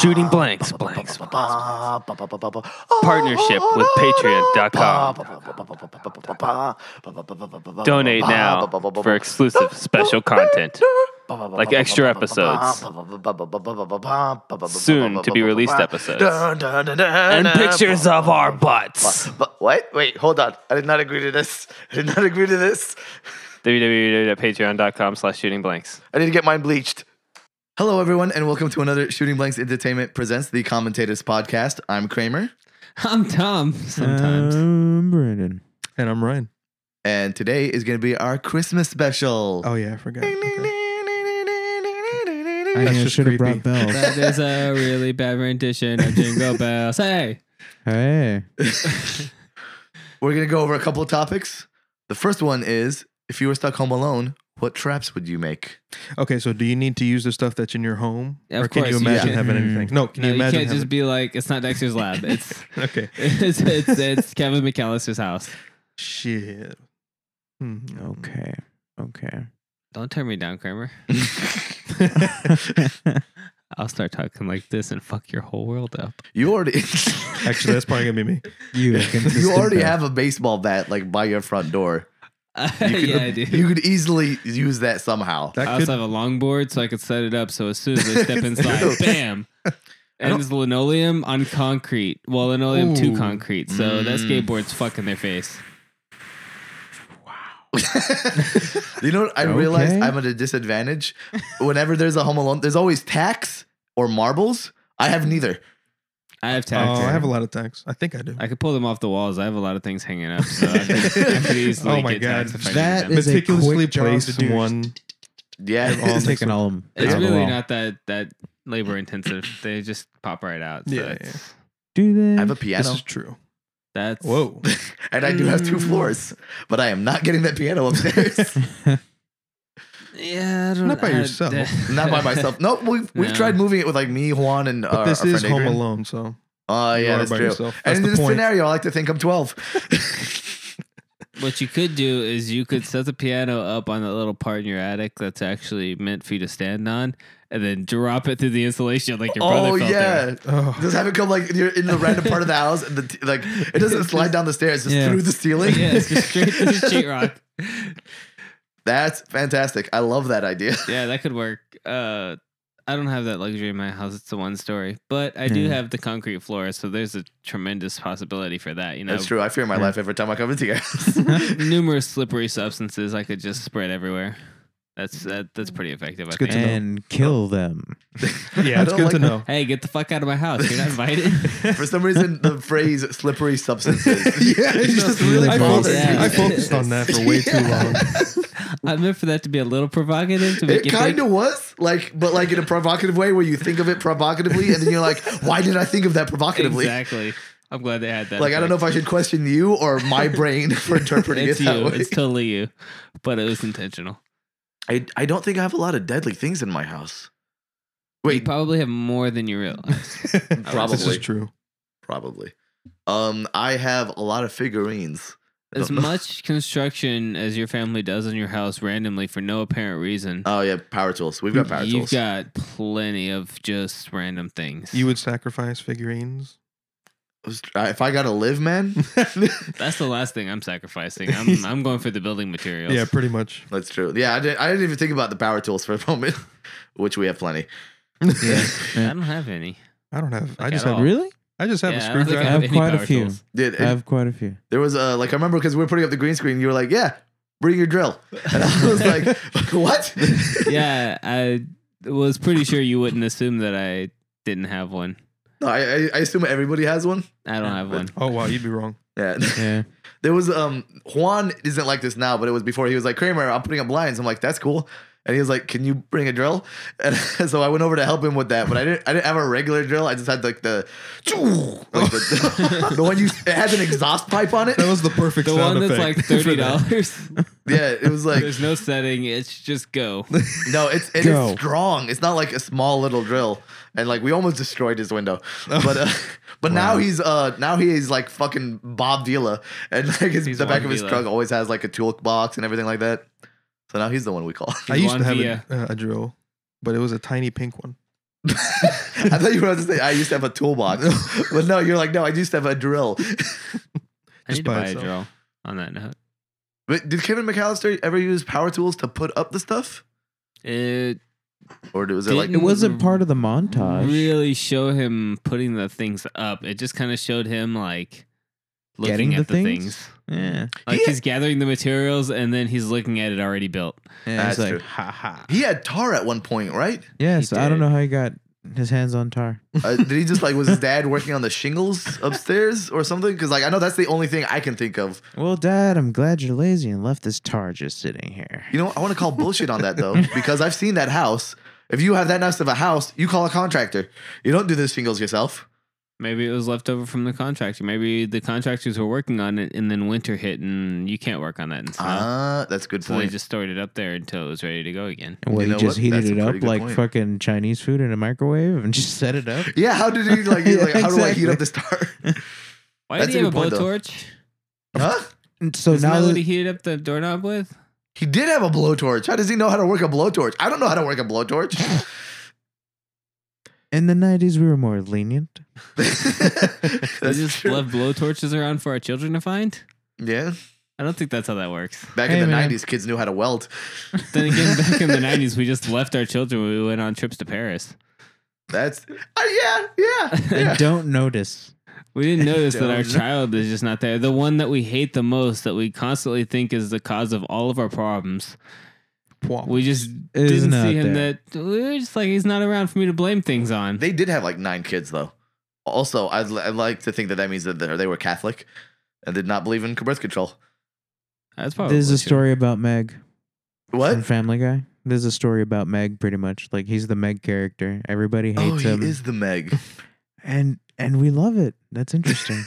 Shooting blanks, blanks, Partnership with patreon.com. Donate now for exclusive special content. like extra episodes. Soon to be released episodes. And pictures of our butts. But what? Wait, hold on. I did not agree to this. I did not agree to this. www.patreon.com slash shooting blanks. I need to get mine bleached. Hello, everyone, and welcome to another Shooting Blanks Entertainment Presents the Commentators Podcast. I'm Kramer, I'm Tom sometimes. Uh, I'm Brandon. And I'm Ryan. and today is going to be our Christmas special. Oh, yeah, I forgot. Okay. I I know. should have creepy. brought bells. that is a really bad rendition of Jingle Bells. Hey, hey. We're going to go over a couple of topics. The first one is if you were stuck home alone, what traps would you make? Okay, so do you need to use the stuff that's in your home? Of or can course, you you imagine can't. having anything? No, can no, you you, imagine can't just having- be like, it's not Dexter's lab. It's Okay. it's it's, it's Kevin McAllister's house. Shit. Hmm. Okay. Okay. Don't turn me down, Kramer. I'll start talking like this and fuck your whole world up. You already. Actually, that's probably going to be me. You You already have a baseball bat like by your front door. You could, yeah, I do. You could easily use that somehow. That I could, also have a longboard so I could set it up so as soon as I step inside, bam. And it's linoleum on concrete. Well, linoleum to Ooh. concrete. So that Mm. skateboard's fucking their face. you know what? I realized Okay. I'm at a disadvantage. Whenever there's a Home Alone, there's always tacks or marbles. I have neither. I have oh, tags. I have a lot of tags. I think I do. I could pull them off the walls. I have a lot of things hanging up, so I could, I could easily Oh my get tags God. if I That need them. is- a Meticulously quick job to place do. one. Yeah. all all this taking one. all of them. It's out of the really wall. not that that labor intensive. They just pop right out. So Yeah, that's, Do they? I have a This piano is true. that's Whoa. and I do have two Mm. floors, but I am not getting that piano upstairs. Yeah, I don't Not by I- yourself. not by myself. No, we've, we've No. tried moving it with like me, Juan, and But our, this our is friend Home Adrian. Alone, so Oh, you yeah, are that's by true. yourself. and That's in the this point. scenario, I like to think I'm 12. What you could do is you could set the piano up on that little part in your attic that's actually meant for you to stand on, and then drop it through the insulation like your oh, brother fell yeah. through. Oh. Just have it come like you're in the random part of the house, and the t- like it doesn't slide down the stairs, just Yeah. through the ceiling. Yeah, it's just straight through the sheetrock. That's fantastic. I love that idea. Yeah, that could work. Uh, I don't have that luxury in my house. It's a one story, but I do Yeah. have the concrete floor, so there's a tremendous possibility for that. You know, That's true. I fear my Yeah. life every time I come into your house. numerous slippery substances I could just spread everywhere. That's that, that's pretty effective. I good think. to know. and kill Oh. them. Yeah, I it's don't good like to know. Hey, get the fuck out of my house! You're not invited. For some reason, the phrase "slippery substances" Yeah, it it's just just really I bothers focused, bothered me. I me. focused on that for way too long. I meant for that to be a little provocative to make It you kind think- of was like, but like in a provocative way, where you think of it provocatively, and then you're like, "Why did I think of that provocatively?" Exactly. I'm glad they had that. Like, I don't know if I should question you or my brain for interpreting it's it that you. way. It's totally you, but it was intentional. I, I don't think I have a lot of deadly things in my house. you Wait, probably have more than you realize. This Probably. is true. probably. Um, I have a lot of figurines. I As don't know. much construction as your family does in your house randomly for no apparent reason, Oh yeah, power tools. We've got power you've tools. got plenty of just random things. You would sacrifice figurines. if I gotta live, man, That's the last thing I'm sacrificing. I'm I'm going for the building materials. Yeah, pretty much. that's true. Yeah, I didn't. I didn't even think about the power tools for a moment, which we have plenty. Yeah. I don't have any. I don't have. I Like just at have. all. really? I just have Yeah, a I don't think I I screwdriver. have have any quite a power few. tools. Dude, it- I have quite a few. there was a like I remember because we were putting up the green screen. You were like, "Yeah, bring your drill," and I was like, "What?" yeah, I was pretty sure you wouldn't assume that I didn't have one. No, I, I, I assume everybody has one. I don't have one. Oh wow, you'd be wrong. Yeah. Yeah. There was um Juan isn't like this now, but it was before he was like Kramer. I'm putting up blinds. I'm like that's cool, and he was like, "Can you bring a drill?" And so I went over to help him with that, but I didn't. I didn't have a regular drill. I just had like the like the, the one you it has an exhaust pipe on it. That was the perfect The sound one that's effect like for thirty that. dollars. Yeah, it was like There's no setting. It's just go. no, it's it Go. is strong. It's not like a small little drill. And like we almost destroyed his window, but uh, but now he's uh now he is like fucking Bob Vila, and like his, He's the back Juan of his Vila. truck always has like a toolbox and everything like that. So now he's the one we call. I used One to have via. a, uh, a drill, but it was a tiny pink one. I thought you were about to say I used to have a toolbox, but no, you're like no, I used to have a drill. I Just need to by buy a itself. drill. On that note, But did Kevin McAllister ever use power tools to put up the stuff, it or was it like It wasn't part of the montage. Mm. really show him putting the things up. It just kind of showed him like looking Getting at the the things? things. Yeah. Like He- he's gathering the materials and then he's looking at it already built. Yeah, it's That's like, true. ha ha. he had tar at one point, right? Yeah, He so I don't did. know how he got his hands on tar. Uh, did he just like was his dad working on the shingles upstairs or something? Because like I know that's the only thing I can think of. Well, Dad, I'm glad you're lazy and left this tar just sitting here. You know, what? I want to call bullshit on that though, because I've seen that house. If you have that nice of a house, you call a contractor. You don't do the shingles yourself. Maybe it was left over from the contractor. Maybe the contractors were working on it and then winter hit and you can't work on that in snow. Ah, that's good Uh-huh. so they point. just stored it up there until it was ready to go again. And what, You know he just what? heated That's a it up pretty good like point. fucking Chinese food in a microwave and just set it up? yeah, how did he like? he's like, Yeah, How do I heat exactly. up this tar? Why That's did he have a a good point, though. blowtorch? huh? And so Isn't now that what he that, heated up the doorknob with? He did have a blowtorch. How does he know how to work a blowtorch? I don't know how to work a blowtorch. in the 90s, we were more lenient. We that's just true. left blowtorches around for our children to find? yeah. I don't think that's how that works. Back Hey, in the man. '90s, kids knew how to weld. Then again, back in the 90s, we just left our children. when We went on trips to Paris. That's uh, yeah, yeah, yeah. And don't notice. We didn't notice that our Don't. child is just not there. The one that we hate the most, that we constantly think is the cause of all of our problems. Pwop. We just Is didn't not see him there. that we were just like he's not around for me to blame things on. They did have like nine kids though. Also, I'd, li- I'd like to think that that means that they're- they were Catholic and did not believe in birth control. That's Oh, probably There's a true. story about Meg from What? Family Guy. There's a story about Meg, pretty much. Like, he's the Meg character. Everybody hates Oh, he him. is the Meg. and and we love it. That's interesting.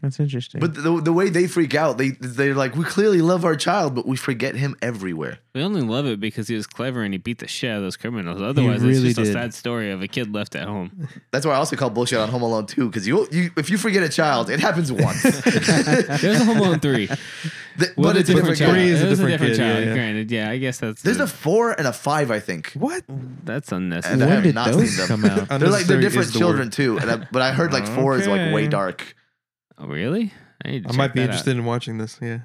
That's interesting. But the, the way they freak out, they they're like, we clearly love our child, but we forget him everywhere. We only love it because he was clever and he beat the shit out of those criminals. Otherwise, really it's just did. a sad story of a kid left at home. That's why I also call bullshit on Home Alone too, because you, you if you forget a child, it happens once. There's a Home Alone three, The- With but it's a different child. Three guy. is a It was different kid, child. yeah, yeah. Granted, yeah, I guess that's There's a four and a five, I think. What? that's And unnecessary. I when have did not those seen them. come out? They're like they're Unnecessary different is the children word. too, and I, but I heard like four is like way Okay. dark. Oh, really? I, need to I check might be that out. interested in watching this. Yeah.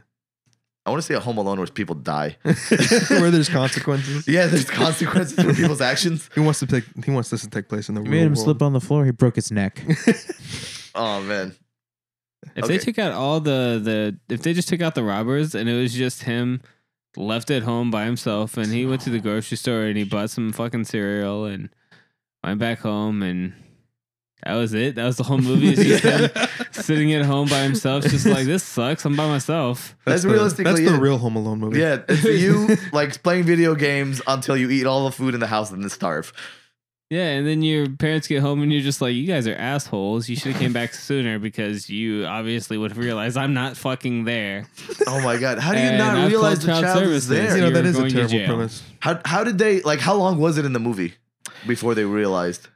I want to say a Home Alone where people die. Where there's consequences. Yeah, there's consequences for people's actions. He wants to take. He wants this to take place in the We real made him world. slip on the floor. He broke his neck. Oh man, If Okay. they took out all the the if they just took out the robbers and it was just him left at home by himself and he went to the grocery store and he bought some fucking cereal and went back home and that was it. That was the whole movie. It's just him sitting at home by himself, just like this sucks. I'm by myself. That's the, realistically That's the it. real Home Alone movie. yeah, it's you like playing video games until you eat all the food in the house and then starve. Yeah, and then your parents get home and you're just like, you guys are assholes. You should have came back sooner because you obviously would have realized I'm not fucking there. Oh my god, how do you And not I've called realize the child child is services. there? You know You're that is a going to terrible jail. premise. How how did they like? How long was it in the movie before they realized?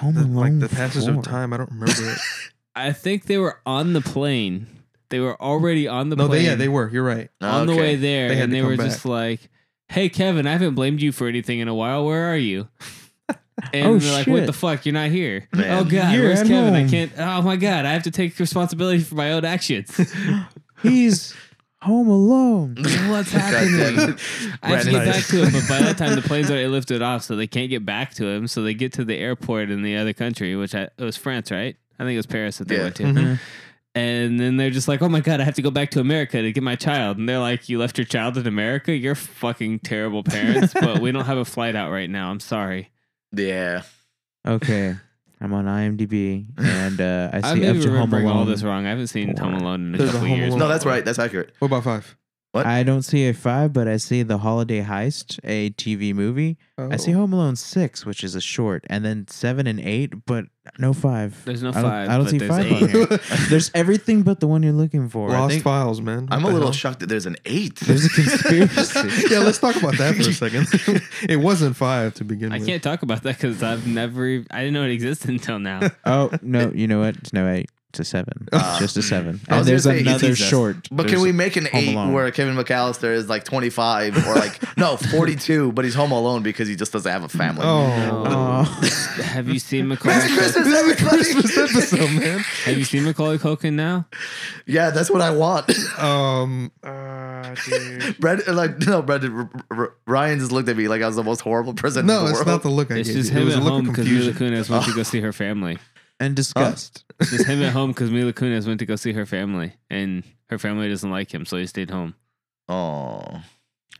Home The- like Alone the passage four. of time. I don't remember it. I think they were on the plane. They were already on the no, plane. they, yeah, they were. You're right. on the Okay. way there, They had and to they come were back. just like, "Hey, Kevin, I haven't blamed you for anything in a while. Where are you?" And Oh, they're like, "What shit. the fuck? You're not here. Man. Oh god, You're where's at Kevin? I home." can't. Oh my god, I have to take responsibility for my own actions. He's home alone. What's God damn happening?" it. I have to Brandon. get back to him, but by that time the plane's already lifted off, so they can't get back to him. So they get to the airport in the other country, which I, it was France, right? I think it was Paris that they Yeah. went to. Mm-hmm. Mhm. And then they're just like, oh my God, I have to go back to America to get my child. And they're like, you left your child in America? You're fucking terrible parents, but we don't have a flight out right now. I'm sorry. Yeah, Okay, I'm on IMDb and uh, I I see may up be to Home remembering Alone. all this wrong. I haven't seen Home Four. Alone in a There's a couple Home years. Alone. no, that's right. That's accurate. What about five? I don't see a five, but I see the Holiday Heist, a TV movie. Oh. I Oh. see Home Alone six, which is a short, and then seven and eight, but no five. There's no I don't- five. I don't but see there's five eight. on here. there's everything but the one you're looking for. I Lost think Files, man. What I'm a the little hell? shocked that there's an eight. There's a conspiracy. yeah, let's talk about that for a second. it wasn't five to begin I with. e, can't talk about that because I've never, I didn't know it existed until now. Oh no, you know what? It's no eight. to seven, Ah. just a seven. I And was there's gonna say, he another teased us. short. But There's- can we make an Home eight Alone. where Kevin McAllister is like 25 or like, no, 42, but he's home alone because he just doesn't have a family? Oh, Aw. Have you seen Macaulay? Merry Christmas, everybody! Christmas episode, man. Have you seen Macaulay Culkin now? Yeah, that's what I want. Um, Ah, Brad, like, no, Brendan, R- R- Ryan just looked at me like I was the most horrible person in no, the it's world. not the look I It's gave just you. It him was at a look home of because Mila confusion. Kunis went to go see her family. and disgust. It's just him at home because Mila Kunis went to go see her family, and her family doesn't like him, so he stayed home. oh.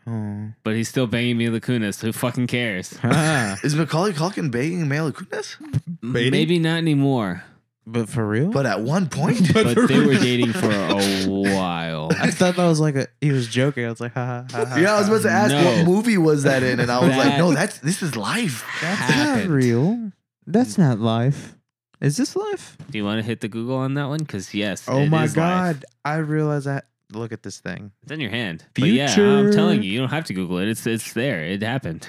Aw. But he's still banging Mila Kunis. Who fucking cares? Ah. Is Macaulay Culkin banging Mila Kunis? Baiting? Maybe not anymore. But for real? But at one point, But But for they were real. dating for a while. I thought that was like a he was joking. I was like, ha ha ha. ha. yeah, I was supposed to ask No. what movie was that in, and I was like, That- no, that's this is life. That's not happened. real. That's not life. Is this life? Do you want to hit the Google on that one? Because yes. Oh it my is live. god! I realize that. Look at this thing. It's in your hand. But yeah, I'm Future. telling you, you don't have to Google it. It's it's there. It happened.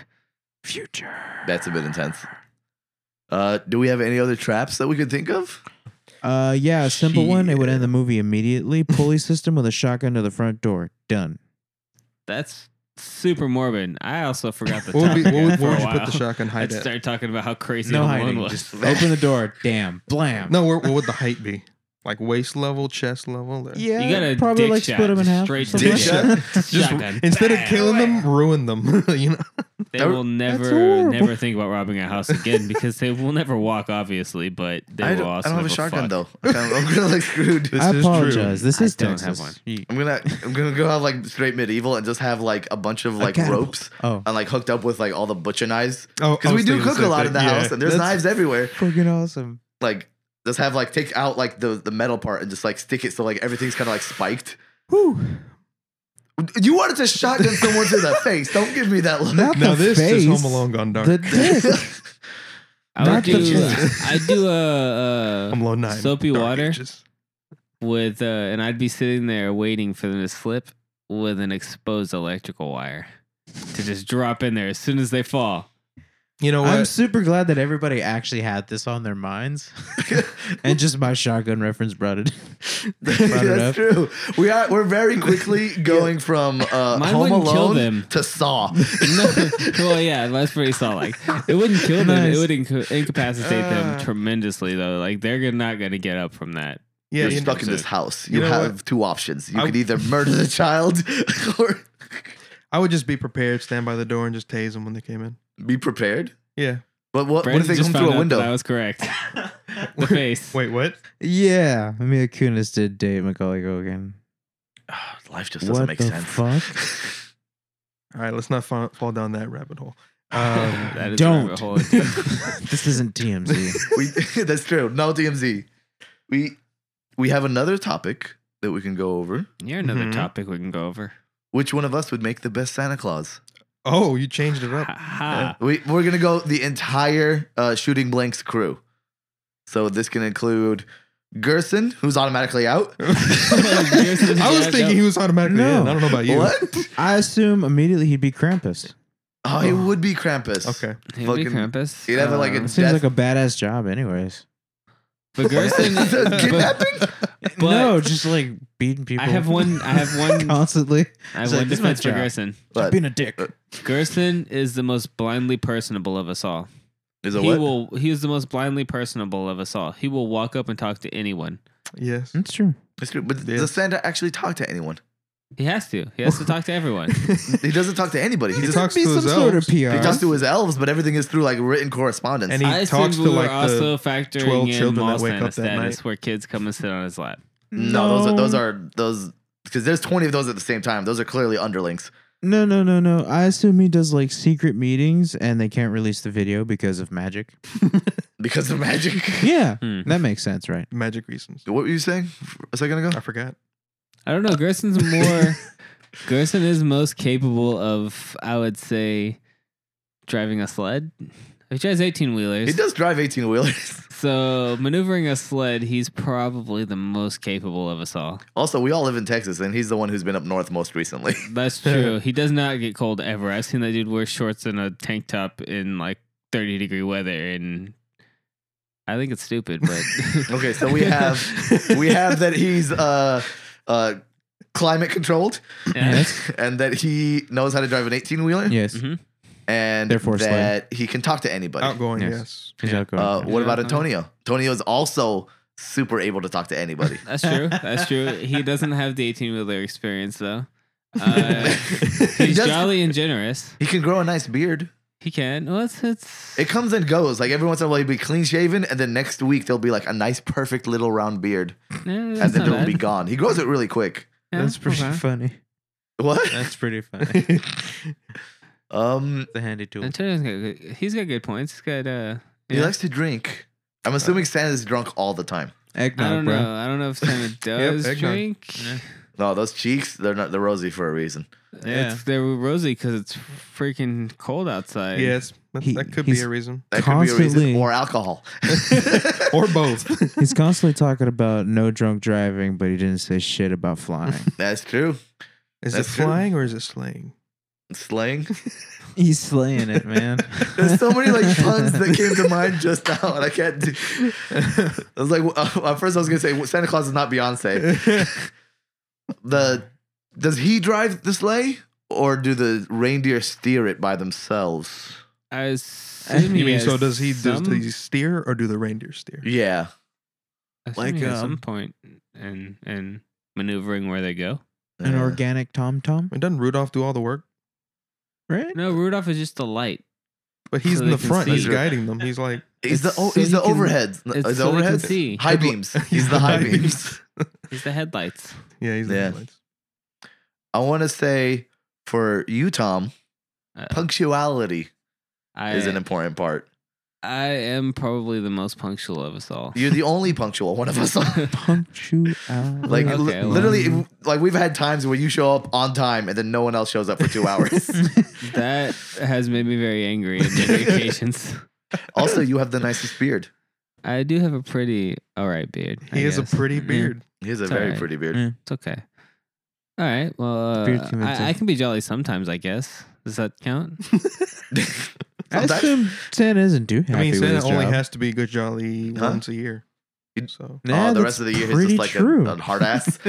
Future. That's a bit intense. Uh, do we have any other traps that we could think of? Uh, yeah, a simple one. It would end the movie immediately. Pulley system with a shotgun to the front door. Done. That's super morbid. I also forgot the What would, topic. be, what would, for where would a you put while. the shotgun I'd height at? start talking about how crazy No Home Alone hiding. was. Just open the door. Damn. Blam. No, where, what would the height be? Like waist level, chest level? or- Yeah. You gotta probably dick like shot, split them in half. straight something Dick like shot. that. Just Shotgun. instead of Bang. killing them, ruin them. you know, They That- will never, horrible. never think about robbing a house again because they will never walk, obviously. But they I will don't, I also don't have a never fuck. shotgun though. Okay, I'm, I'm gonna like screwed. This I is true. apologize. This I is don't have Texas. one. You- I'm gonna I'm gonna go have like straight medieval and just have like a bunch of like catapult. ropes Oh, and like hooked up with like all the butcher knives Oh, because I we was do thinking cook the a same lot thing. in the Yeah. house and there's That's- knives everywhere. freaking awesome. Like just have like take out like the the metal part and just like stick it so like everything's kind of like spiked. Whew. You wanted to shotgun someone to the face. Don't give me that look. Not Now the this face. is Home Alone gone dark. The dick. I would Not the do, food. I do a, a Home Alone nine. soapy Dark water Ages. with, uh, and I'd be sitting there waiting for them to slip with an exposed electrical wire to just drop in there as soon as they fall. You know I'm what? super glad that everybody actually had this on their minds, and just my shotgun reference brought it. brought it up. That's true. We are we're very quickly going from uh, Mine Home wouldn't Alone kill them. to Saw. No, well, yeah, that's pretty solid. Like, it wouldn't kill them. Nice. Uh. It would inca- incapacitate them Ah. tremendously, though. Like they're gonna- not going to get up from that. Yeah, You're you stuck in know- this house. You, You know have what? two options. You I- could either murder the child or I would just be prepared, stand by the door, and just tase them when they came in. be prepared. Yeah. But what, what Brandon if they just come found out through a that window? I was correct. the face. Wait, what? Yeah, Mila Kunis did date Macaulay Culkin. Ah, Life just doesn't What make the sense. fuck? All right, let's not fall, fall down that rabbit hole. Um, That is a rabbit Don't. hole indeed. this isn't TMZ. we, that's true. No DMZ. We we have another topic that we can go over. You're another Mm-hmm. Mhm. topic we can go over. Which one of us would make the best Santa Claus? Uh, oh, you changed it up. Ha. We we're gonna go the entire uh, shooting blanks crew. So this can include Gerson, who's automatically out. I was thinking he was automatically No. in. I don't know about you. What? I assume immediately he'd be Krampus. Oh, he would be Krampus. Okay. Hey, fucking- Krampus. He'd have, like, a Um, It seems like Death- a badass job, anyways. but Gerson. but, Kidnapping? but no, just like beating people. I have one. I have one. constantly. I have It's like, one this is my defense for job. Gerson. But uh, being a dick. Gerson is the most blindly personable of us all. is it He what? will. He is the most blindly personable of us all. He will walk up and talk to anyone. Yes. That's true. It's true, But Yeah. does Santa actually talk to anyone? He has to. He has to talk to everyone. He doesn't talk to anybody. He He just talks Be to some his sort of elves. PR. he talks to his elves, but everything is through like written correspondence. And he I assume talks we to were like the. also factoring 12 in children mall that wake up status that status night. where kids come and sit on his lap. no, those are those are those because there's 20 of those at the same time. Those are clearly underlings. No, no, no, no. I assume he does like secret meetings, and they can't release the video because of magic. because of magic. Yeah, Hmm. that makes sense, right? Magic reasons. What were you saying a second ago? I forgot. I don't know. Gerson's more. Gerson is most capable of, I would say, driving a sled. He drives eighteen He wheelers. does drive 18 wheelers. So maneuvering a sled, he's probably the most capable of us all. Also, we all live in Texas, and he's the one who's been up north most recently. That's true. he does not get cold ever. I've seen that dude wear shorts and a tank top in like thirty degree weather, and I think it's stupid, but Okay, so we have we have that he's uh uh climate controlled Yeah. and that he knows how to drive an 18 wheeler Yes. Mhm. and Therefore slim. that he can talk to anybody. Outgoing, Yes. yes. He's outgoing. Uh, what Yeah. about Antonio? Antonio is also super able to talk to anybody. That's true. That's true. He doesn't have the 18 wheeler experience though. Uh, He he's does- jolly and generous. He can grow a nice beard. He can. Well, it's, it's It comes and goes. Like every once in a while, he'll be clean shaven, and then next week there'll be like a nice, perfect little round beard, eh, and that's then not it'll bad. be gone. He grows it really quick. Yeah, That's pretty okay. funny. What? That's pretty funny. Um, the handy tool. Antonio's got good, he's got good points. He's got uh, he Yeah. likes to drink. I'm assuming Santa's drunk all the time. I don't Eggnog, bro. know. I don't know if Santa does eggnog. drink. No, those cheeks—they're not—they're rosy for a reason. Yeah. It's, they're rosy because it's freaking cold outside. Yes, that, He- that could be he's- a reason. That could be a Constantly. reason, or alcohol. Or both. He's constantly talking about no drunk driving, but he didn't say shit about flying. That's true. Is That's it true. flying or is it slaying? Slang. He's slaying it, man. There's so many like puns that came to mind just now, and I can't. Do. I was like, uh, at first I was gonna say Santa Claus is not Beyonce. the does he drive the sleigh, or do the reindeer steer it by themselves? I assume You he mean has so does he some, does he steer or do the reindeer steer? Yeah, I assume like, he has some um, point and and maneuvering where they go. An Uh, organic tom tom, And doesn't Rudolph do all the work? right? No, Rudolph is just the light. But he's So in they the can front. see. He's guiding them. He's like He's the It's oh, so he's the you can- overheads. It's Is the so they can overheads? see. High beams. He's the high beams. He's the headlights. yeah, he's the Yeah. headlights. I want to say for you, Tom, Uh, punctuality I, is an important part. I am probably the most punctual of us all. You're the only punctual one of us. Punctuality. Like Okay, li- well- literally, if- like we've had times where you show up on time and then no one else shows up for two hours. that has made me very angry in many occasions. also, you have the nicest beard. I do have a pretty all right beard. I He has a guess. pretty Yeah, beard. He has a It's very alright. pretty beard. Mm. it's okay. All right. Well, Beard uh, convincing. I, I can be jolly sometimes. I guess. Does that count? Mm. I Sometimes- assume Santa isn't too happy I mean, with Santa his only job. has to be good jolly Huh? once a year. You- So Yeah, oh, the that's rest of the year he's pretty just like true. a, a hard ass,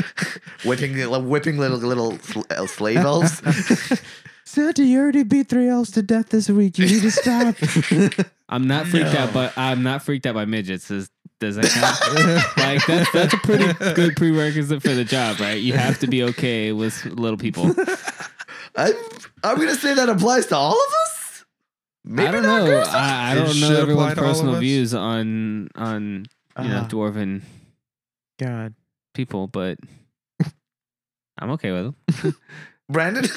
whipping whipping little little sl- uh, slave elves. Santa, you already beat three elves to death this week. You need to stop. I'm not freaked out, but I'm not freaked out by midgets. Is, does that count? like that's that's a pretty good prerequisite for the job, right? You have to be okay with little people. I'm I'm gonna say that applies to all of us. Maybe I don't not, know. Chris. I, I It don't should know apply everyone's to all of personal us. views on on you know Ah, dwarven God. people, but I'm okay with them. Brandon.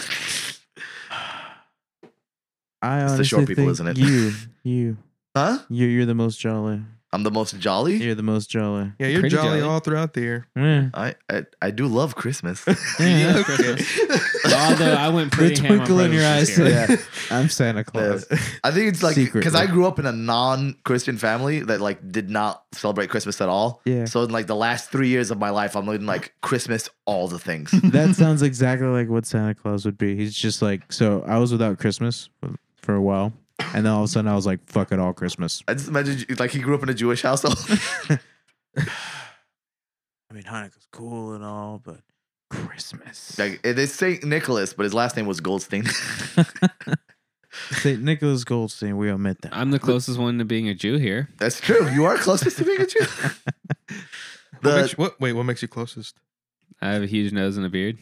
I It's honestly the short people, think isn't it? You, you, Huh? you, you're the most jolly. I'm the most jolly. You're the most jolly. yeah, you're Pretty jolly, jolly. all throughout the year. Yeah. I, I I do love Christmas. Yeah. Although I went The pretty ham on twinkle in your presents eyes. this year. Yeah. I'm Santa Yeah. Claus. I think it's like because I Secretly. grew up in a non-Christian family that like did not celebrate Christmas at all. Yeah. So in like the last three years of my life, I'm living like Christmas all the things. That sounds exactly like what Santa Claus would be. He's just like, so I was without Christmas for a while, and then all of a sudden I was like, fuck it all, Christmas. I just imagine like he grew up in a Jewish household. I mean, Hanukkah's cool and all, but Christmas. like it's Saint Nicholas, but his last name was Goldstein. St. Nicholas Goldstein, we omit that. I'm the closest one to being a Jew here. That's true. You are closest to being a Jew. what The, makes, what, wait, what makes you closest? I have a huge nose and a beard,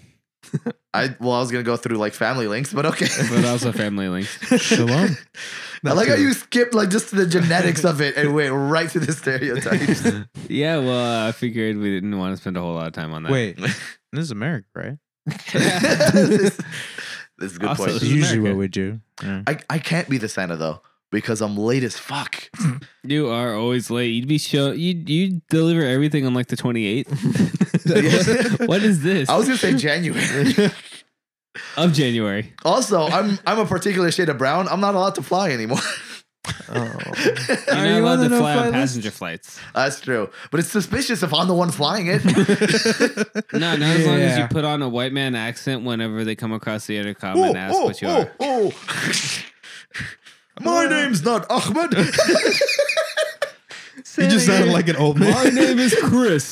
I well, I was gonna go through like family links, but okay. but also family links. Shalom. I like how too. you skipped like just to the genetics of it and went right to the stereotypes. Yeah, well, I figured we didn't want to spend a whole lot of time on that. Wait, this is America, right? this, this is a good Also, point. This is This is usually America. what we do. Yeah. I, I can't be the Santa though because I'm late as fuck. you are always late. You'd be show you you deliver everything on like the 28th. what is this I was gonna say January. of January? also, I'm I'm a particular shade of brown. I'm not allowed to fly anymore. Oh. You're Are not you on allowed the to fly no-fly on list? passenger flights. That's true. But it's suspicious if I'm the one flying it. No, not as long as you Yeah. put on a white man accent whenever they come across the other cop Ooh, and ask ooh, what you ooh, are. ooh. My name's not Ahmed. You just sounded like an old man. My name is Chris,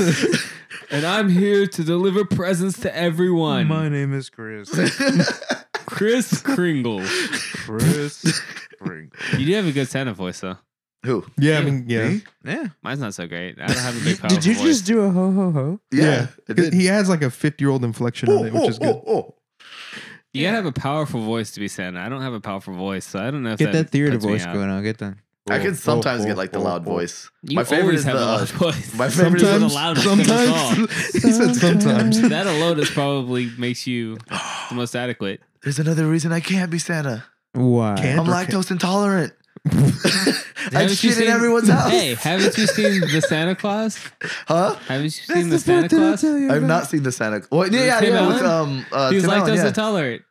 and I'm here to deliver presents to everyone. My name is Chris. Chris Kringle. Chris. Kringle. You do have a good Santa voice though. Who? yeah, I mean, yeah. Yeah. Mine's not so great. I don't have a big powerful Did you voice. just do a ho ho ho? Yeah. it did. He has like a 50 year old inflection on it, which is good. oh, You gotta have a powerful voice to be Santa. I don't have a powerful voice, so I don't know. If Get that theater puts me voice out. going on. Get that. I can sometimes get like the loud voice. You My favorite always is have the- a loud voice. my favorite is the You're the Sometimes, loudest in the song. sometimes he said sometimes. that alone is probably makes you the most adequate. There's another reason I can't be Santa. Why? Can't- I'm lactose intolerant. I Haven't you shit in seen- everyone's house. Hey, haven't you seen the Santa Claus? Huh? Haven't you seen the, Santa Claus? He's I've not seen the Santa. Well, yeah, yeah, Tim yeah. With, Allen? um, uh, Tim like Allen, those yeah. intolerant.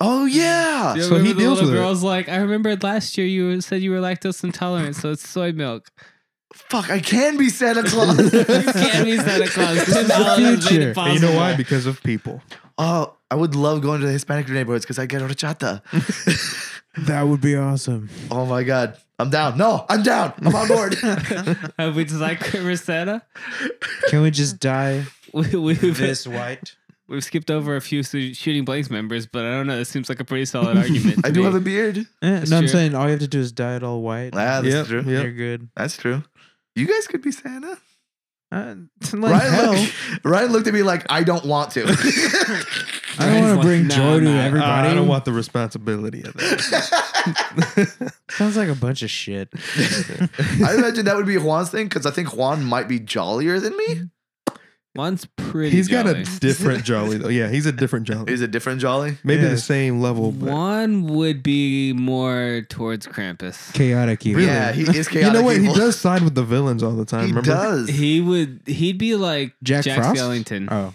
Oh yeah. Do you So he remember the deals little with it. girl's like, I remembered last year you said you were lactose intolerant, so it's soy milk. Fuck, I can be Santa Claus. You can't be Santa Claus. This is Tim the Allen has made future. it And you know why? possible. Because of people. oh, I would love going to the Hispanic neighborhoods because I get horchata. That would be awesome. oh my god, I'm down. No, I'm down. I'm on board. Have we designed Christmas Santa? Can we just dye We, we've, white? we've skipped over a few su- shooting blanks members, but I don't know. It seems like a pretty solid argument. I to do me. have a beard. Eh, That's no, I'm true. saying all you have to do is dye it all white. Yeah, Ah, that's Yep, true. yep. You're good. That's true. You guys could be Santa. Uh, like Ryan, hell. look, Ryan looked at me like, I don't want I to. don't want Ryan's to like, bring nah, joy nah. Uh, to I Uh, everybody. I don't want the responsibility of that. Sounds like a bunch of shit. I imagine that would be Juan's thing because I think Juan might be jollier than me. One's pretty. He's got a jolly. different jolly though. Yeah, he's a different jolly. Is it different jolly? Maybe Yeah. the same level, but One would be more towards Krampus. Chaotic evil. Yeah, he is chaotic. you know what? Evil. He does side with the villains all the time. He remember? does. He would. He'd be like Jack, Jack, Frost. Skellington. Oh,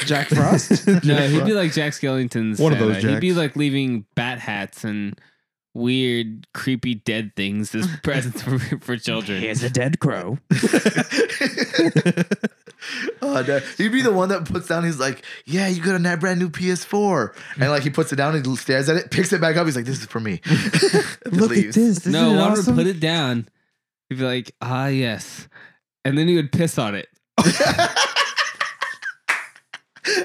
Jack Frost. no, Uh, he'd Jack be Frost. like Jack Skellington's. One of those Santa. He'd be Jacks. like leaving bat hats and weird, creepy, dead things as presents for, for children. a dead crow. oh, no. He'd be the one that puts down. He's like, "Yeah, you got a na- brand new PS4," and like he puts it down, he stares at it, picks it back up. He's like, "This is for me." Look at this. this no, is one awesome. would put it down. He'd be like, ah, yes, and then he would piss on it.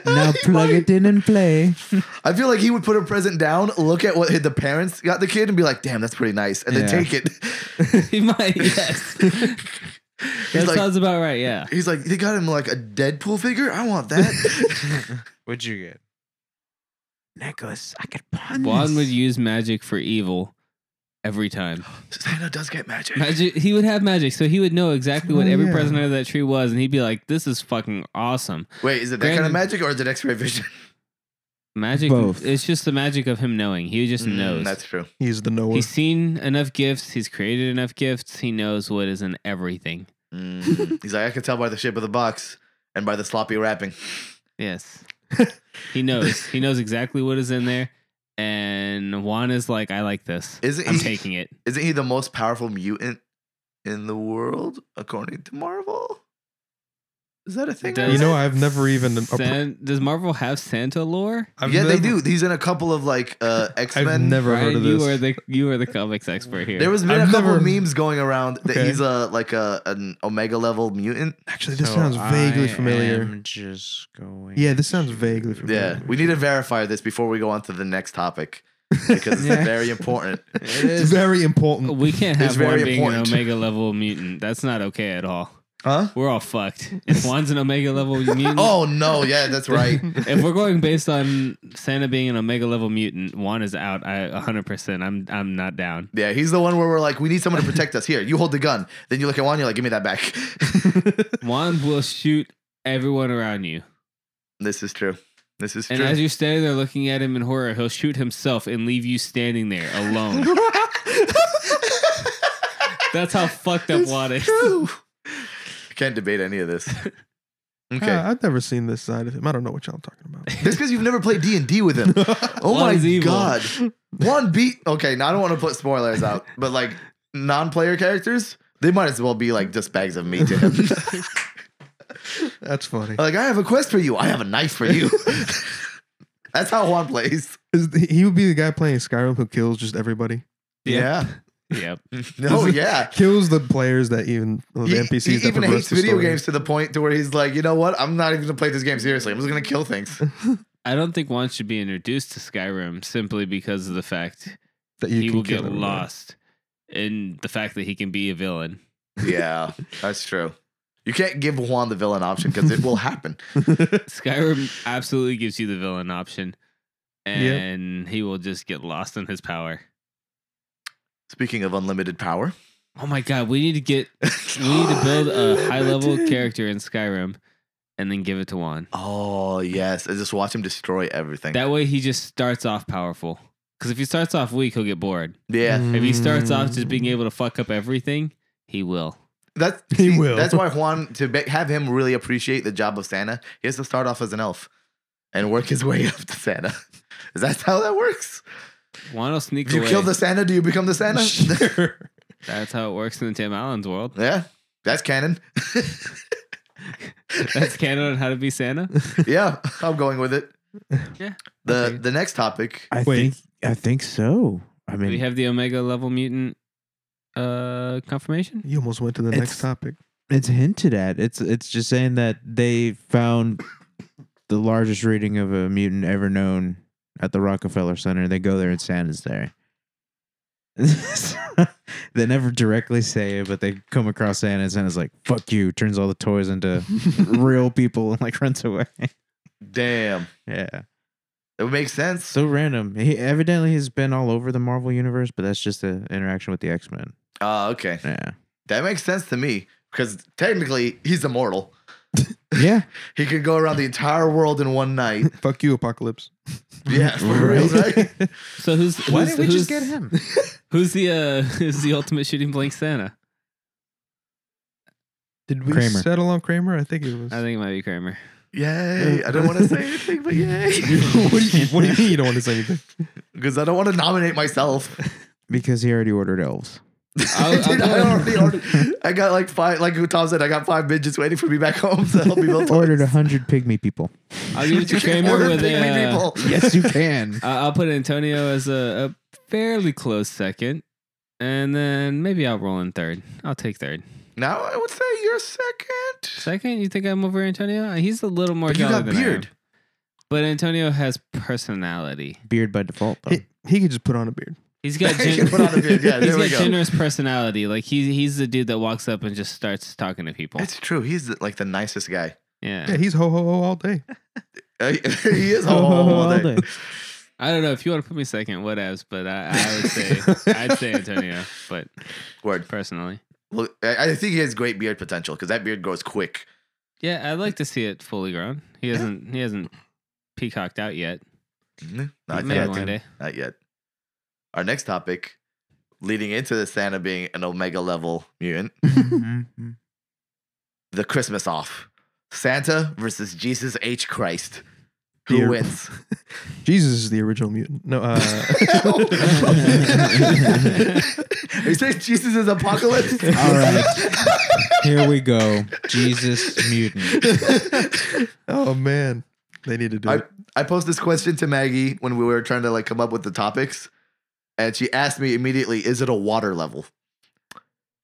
now plug it in and play. I feel like he would put a present down, look at what the parents got the kid, and be like, "Damn, that's pretty nice," and then Yeah. take it. he might. Yes. that like- sounds about right. Yeah. He's like, "They got him like a Deadpool figure. I want that." What'd you get? Necklace. I could pawn Juan this. would use magic for evil every time. Santa does get magic. Magic. He would have magic, so he would know exactly what Oh, every yeah. present under that tree was, and he'd be like, "This is fucking awesome." Wait, is it that kind of Granted- magic or is it X-ray vision? Magic. Both. It's just the magic of him knowing. He just Mm, knows. that's true. He's the knower. He's seen enough gifts. He's created enough gifts. He knows what is in everything. Mm. He's like, I can tell by the shape of the box and by the sloppy wrapping. Yes. he knows. He knows exactly what is in there. And Juan is like, I like this. Isn't I'm he- taking it. Isn't he the most powerful mutant in the world, according to Marvel? Is that a thing? Does- you know, I've never even. San- Does Marvel have Santa lore? I've yeah, they never- do. He's in a couple of like uh, X I've Men. never Ryan, heard of you are this. the you are the comics expert here. There was been I've a couple never- memes going around that Okay. he's a like a an Omega level mutant. Actually, this So sounds vaguely I familiar. am just going. Yeah, this sounds to- vaguely familiar. Yeah, we need to verify this before we go on to the next topic because Yeah. it's very important. It It's is. very important. we can't have It's very one being important. an Omega level mutant. That's not okay at all. Huh? Ah, We're all fucked. If Juan's an Omega level mutant, Oh no! Yeah, that's right. if we're going based on Santa being an Omega level mutant, Juan is out. I 100. percent I'm I'm not down. Yeah, he's the one where we're like, we need someone to protect us. Here, you hold the gun. Then you look at Juan, you're like, give me that back. Juan will shoot everyone around you, this is true. This is and true. as you're standing there looking at him in horror, he'll shoot himself and leave you standing there alone. That's how fucked up Juan is. Can't debate any of this. Okay, Ah, I've never seen this side of him. I don't know what y'all are talking about. that's because you've never played D and D with him. Oh my Juan's evil. god! One beat. Okay, now I don't want to put spoilers out, but like non-player characters, they might as well be like just bags of meat to him. That's funny. like I have a quest for you. I have a knife for you. that's how Juan plays. Is- he would be the guy playing Skyrim who kills just everybody. Yeah. Yep. No, yeah. Kills the players that even the He, NPCs he that even progress hates the video story. games to the point to where he's like, you know what? I'm not even gonna play this game seriously. I'm just gonna kill things. I don't think one should be introduced to Skyrim simply because of the fact that you he can will get kill everyone. lost and the fact that he can be a villain. yeah, that's true. You can't give Juan the villain option because it will happen. Skyrim absolutely gives you the villain option, Yeah. and he will just get lost in his power. Speaking of unlimited power, Oh my god, we need to get we need to build a high level Unlimited. character in Skyrim, and then give it to Juan. Oh yes, I just watch him destroy everything. That way, he just starts off powerful. Because if he starts off weak, he'll get bored. yeah, If he starts Mm. off just being able to fuck up everything, he will. that's He see, will. That's why Juan to be, have him really appreciate the job of Santa. He has to start off as an elf and work his way up to Santa. Is that how that works? Juan will sneak If you away. kill the Santa, do you become the Santa? Sure. That's how it works in the Tim Allen's world. yeah, that's canon. That's canon on how to be Santa. yeah, I'm going with it. Yeah. The Okay. the next topic. I think Wait. I think so. I mean, we have the Omega level mutant uh confirmation. You almost went to the It's- next topic. it's hinted at. It's it's just saying that they found the largest reading of a mutant ever known at the Rockefeller Center. They go there and Santa's there. they never directly say it, but they come across Santa and Santa's like, fuck you, turns all the toys into real people and like runs away. Damn, Yeah. it would make sense. So random. He evidently has been all over the Marvel universe, but that's just the interaction with the X Men. Ah, okay, Yeah. that makes sense to me because technically he's immortal. Yeah. He could go around the entire world in one night. Fuck you, Apocalypse. Yeah, for real, right? So who's who's, Why did we who's- just get him? Who's the uh who's the ultimate shooting blank Santa? Did we Kramer. settle on Kramer? I think it was. I think it might be Kramer. Yay! I don't want to say anything, what, but do you, yay! what do you mean you don't want to say anything? Because I don't want to nominate myself. Because he already ordered elves. I'll- Dude, I'll- I already ordered. I got like five, like Tom said, I got five midgets waiting for me back home to help me build Ordered a hundred pygmy people. I'll give it to Kramer with a. Uh, Yes, you can. I- I'll put Antonio as a, a fairly close second, and then maybe I'll roll in third. I'll take third. Now I would say you're second. Second, you think I'm over Antonio? He's a little more. But you jolly got than I am. beard. but Antonio has personality. Beard by default, though. He, he could just put on a beard. He's got You gen- put on a beard. Yeah, he's there we got go. generous personality. Like he's he's the dude that walks up and just starts talking to people. It's true. He's the- like the nicest guy. yeah. Yeah, he's ho ho ho all day. Uh, he is Ho, home ho, ho, all all day. day. I don't know if you want to put me second, whatevs. But I, I would say I'd say Antonio, but Word. personally, Well, I, I think he has great beard potential because that beard grows quick. yeah, I'd like to see it fully grown. He hasn't he hasn't peacocked out yet. Mhm. Not Maybe yet. one day. Not yet. Our next topic, leading into the Santa being an Omega level mutant, Mhm. the Christmas off. Santa versus Jesus H. Christ. Who Dear. wins? Jesus is the original mutant. No, uh, Are you saying Jesus is apocalypse? Uh, All right. Here we go. Jesus mutant. oh man, they need to do I, it. I posed this question to Maggie when we were trying to like come up with the topics, and she asked me immediately, "Is it a water level?"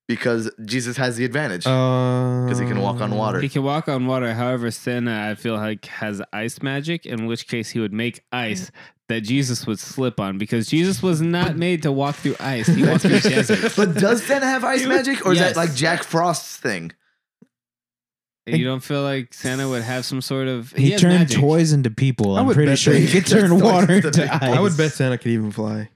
Because Jesus has the advantage. Because he can walk on water. He can walk on water. However, Santa, I feel like, has ice magic, in which case he would make ice that Jesus would slip on because Jesus was not made to walk through ice. He walked through desert. but does Santa have ice magic, or is Yes. that like Jack Frost's thing? You don't feel like Santa would have some sort of. He, has turned magic. toys into people. I I'm would pretty bet sure that he he could turn turns toys water into into people. ice. I would bet Santa can even fly,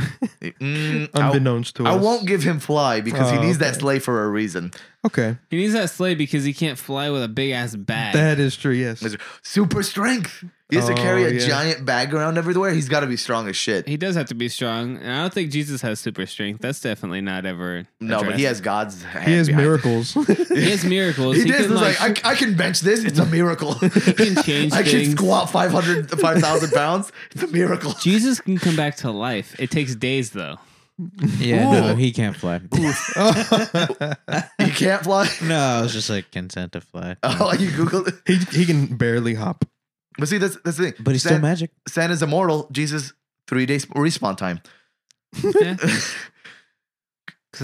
Mm, I, unbeknownst to I us. won't give him fly because he Oh, needs that okay. sleigh for a reason. Okay, He needs that sleigh because he can't fly with a big ass bag. that is true. Yes, Is- Super strength. He has to Oh, carry a yeah. giant bag around everywhere. He's got to be strong as shit. he does have to be strong, and I don't think Jesus has super strength. That's definitely not ever. no, but addressed. he has God's hand. he has behind him. miracles. He has miracles. He, did. He can, was like, I, I can bench this. It's a miracle. I can change can things. squat 500, 5,000 pounds. It's a miracle. Jesus can come back to life. It takes days though. Yeah, no, Ooh. he can't fly. You can't fly. no, I was just like consent to fly. Oh, you Googled it. he he can barely hop. But see, that's, that's the thing. But he's still San- magic. Santa's immortal. Jesus, three days respawn time. Yeah. Because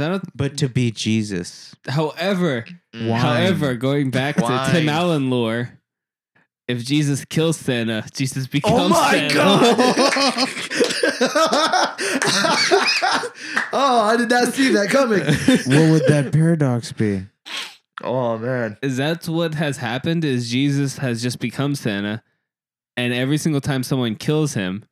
I don't. But to be Jesus, However, Mm. Wine. however, going back to Wine. Tim Allen lore, if Jesus kills Santa, Jesus becomes Oh my Santa. god! oh, I did not see that coming. what would that paradox be? Oh man. is that's what has happened is Jesus has just become Santa and every single time someone kills him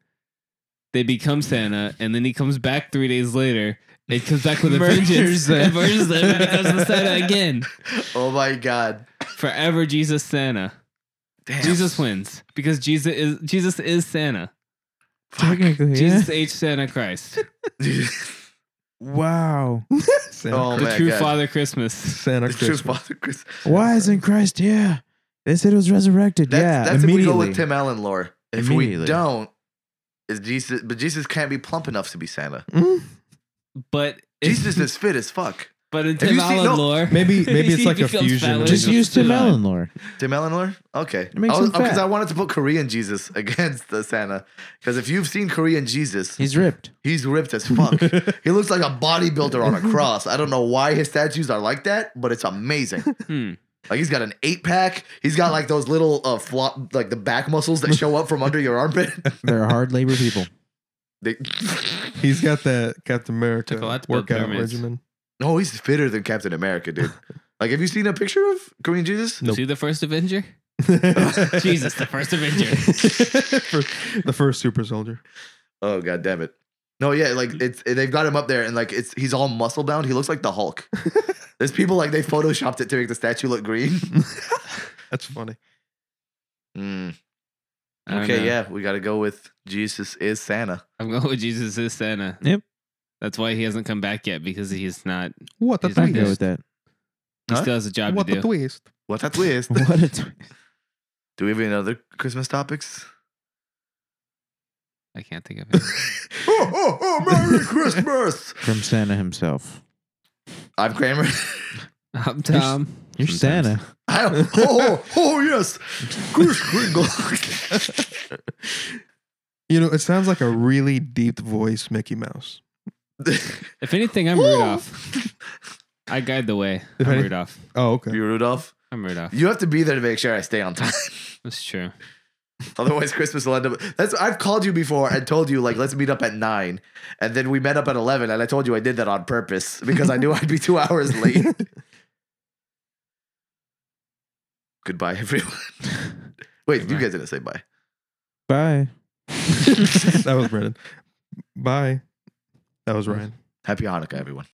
they become Santa and then he comes back 3 days later and comes back with a Murders vengeance them. and murders them and becomes the Santa again Oh my god. forever Jesus Santa Damn. Jesus wins because Jesus is Jesus is Santa Technically, yeah. Jesus H Santa Christ Wow. Santa, Oh, Cri- the my true God. Father Christmas Santa the true Christmas. Father Chris. Why isn't Christ here? They said it was resurrected. That's, yeah, that's if we immediately. go with Tim Allen lore. If we Immediately. don't, is Jesus? But Jesus can't be plump enough to be Santa. Mm. but Jesus is fit as fuck. but in you Tim seen- Allen no, lore maybe- maybe it's he like a becomes fusion. fat when Just he use goes to Tim nine. Allen lore. Tim Allen lore? Okay. makes him Because fat. I wanted to put Korean Jesus against the Santa. Because if you've seen Korean Jesus, He's ripped. He's ripped as fuck. he looks like a bodybuilder on a cross. I don't know why his statues are like that, but it's amazing. Hmm. Like he's got an eight pack. He's got like those little uh, flop, like the back muscles that show up from under your armpit. They're hard labor people. They- He's got that Captain America Took a lot to build workout pyramids. regimen. no, he's fitter than Captain America, dude. Like, have you seen a picture of Korean Jesus? Was he the first Avenger? Jesus, Jesus, the first Avenger. the first super soldier. Oh god damn it! No, yeah, like it's they've got him up there, and like it's he's all muscle bound. He looks like the Hulk. There's people like they photoshopped it to make the statue look green. That's funny. Mm. I don't know. Okay, yeah, we got to go with Jesus is Santa. I'm going with Jesus is Santa. Yep. That's why he hasn't come back yet because he's not. What a He's not I Yes. go twist! with that. He Huh? still has a job What to a do. twist! What a twist! What a twist. Do we have any other Christmas topics? I can't think of it. oh, oh, oh, Merry Christmas! From Santa himself. I'm Kramer. I'm Um, Tom. You're Sometimes. Santa. I, oh, oh, oh, yes! Chris Kringle. You know, it sounds like a really deep voice, Mickey Mouse. If anything, I'm Rudolph. I guide the way. If I'm any- Rudolph. Oh, okay. Oh. you Rudolph. I'm Rudolph. You have to be there to make sure I stay on time. That's true. Otherwise, Christmas will end up. That's I've called you before and told you like let's meet up at nine, and then we met up at eleven, and I told you I did that on purpose because I knew I'd be two hours late. Goodbye, everyone. Wait, you Goodbye. guys didn't say bye. Bye. that was Brendan. Bye. That was Ryan. Happy Hanukkah, everyone.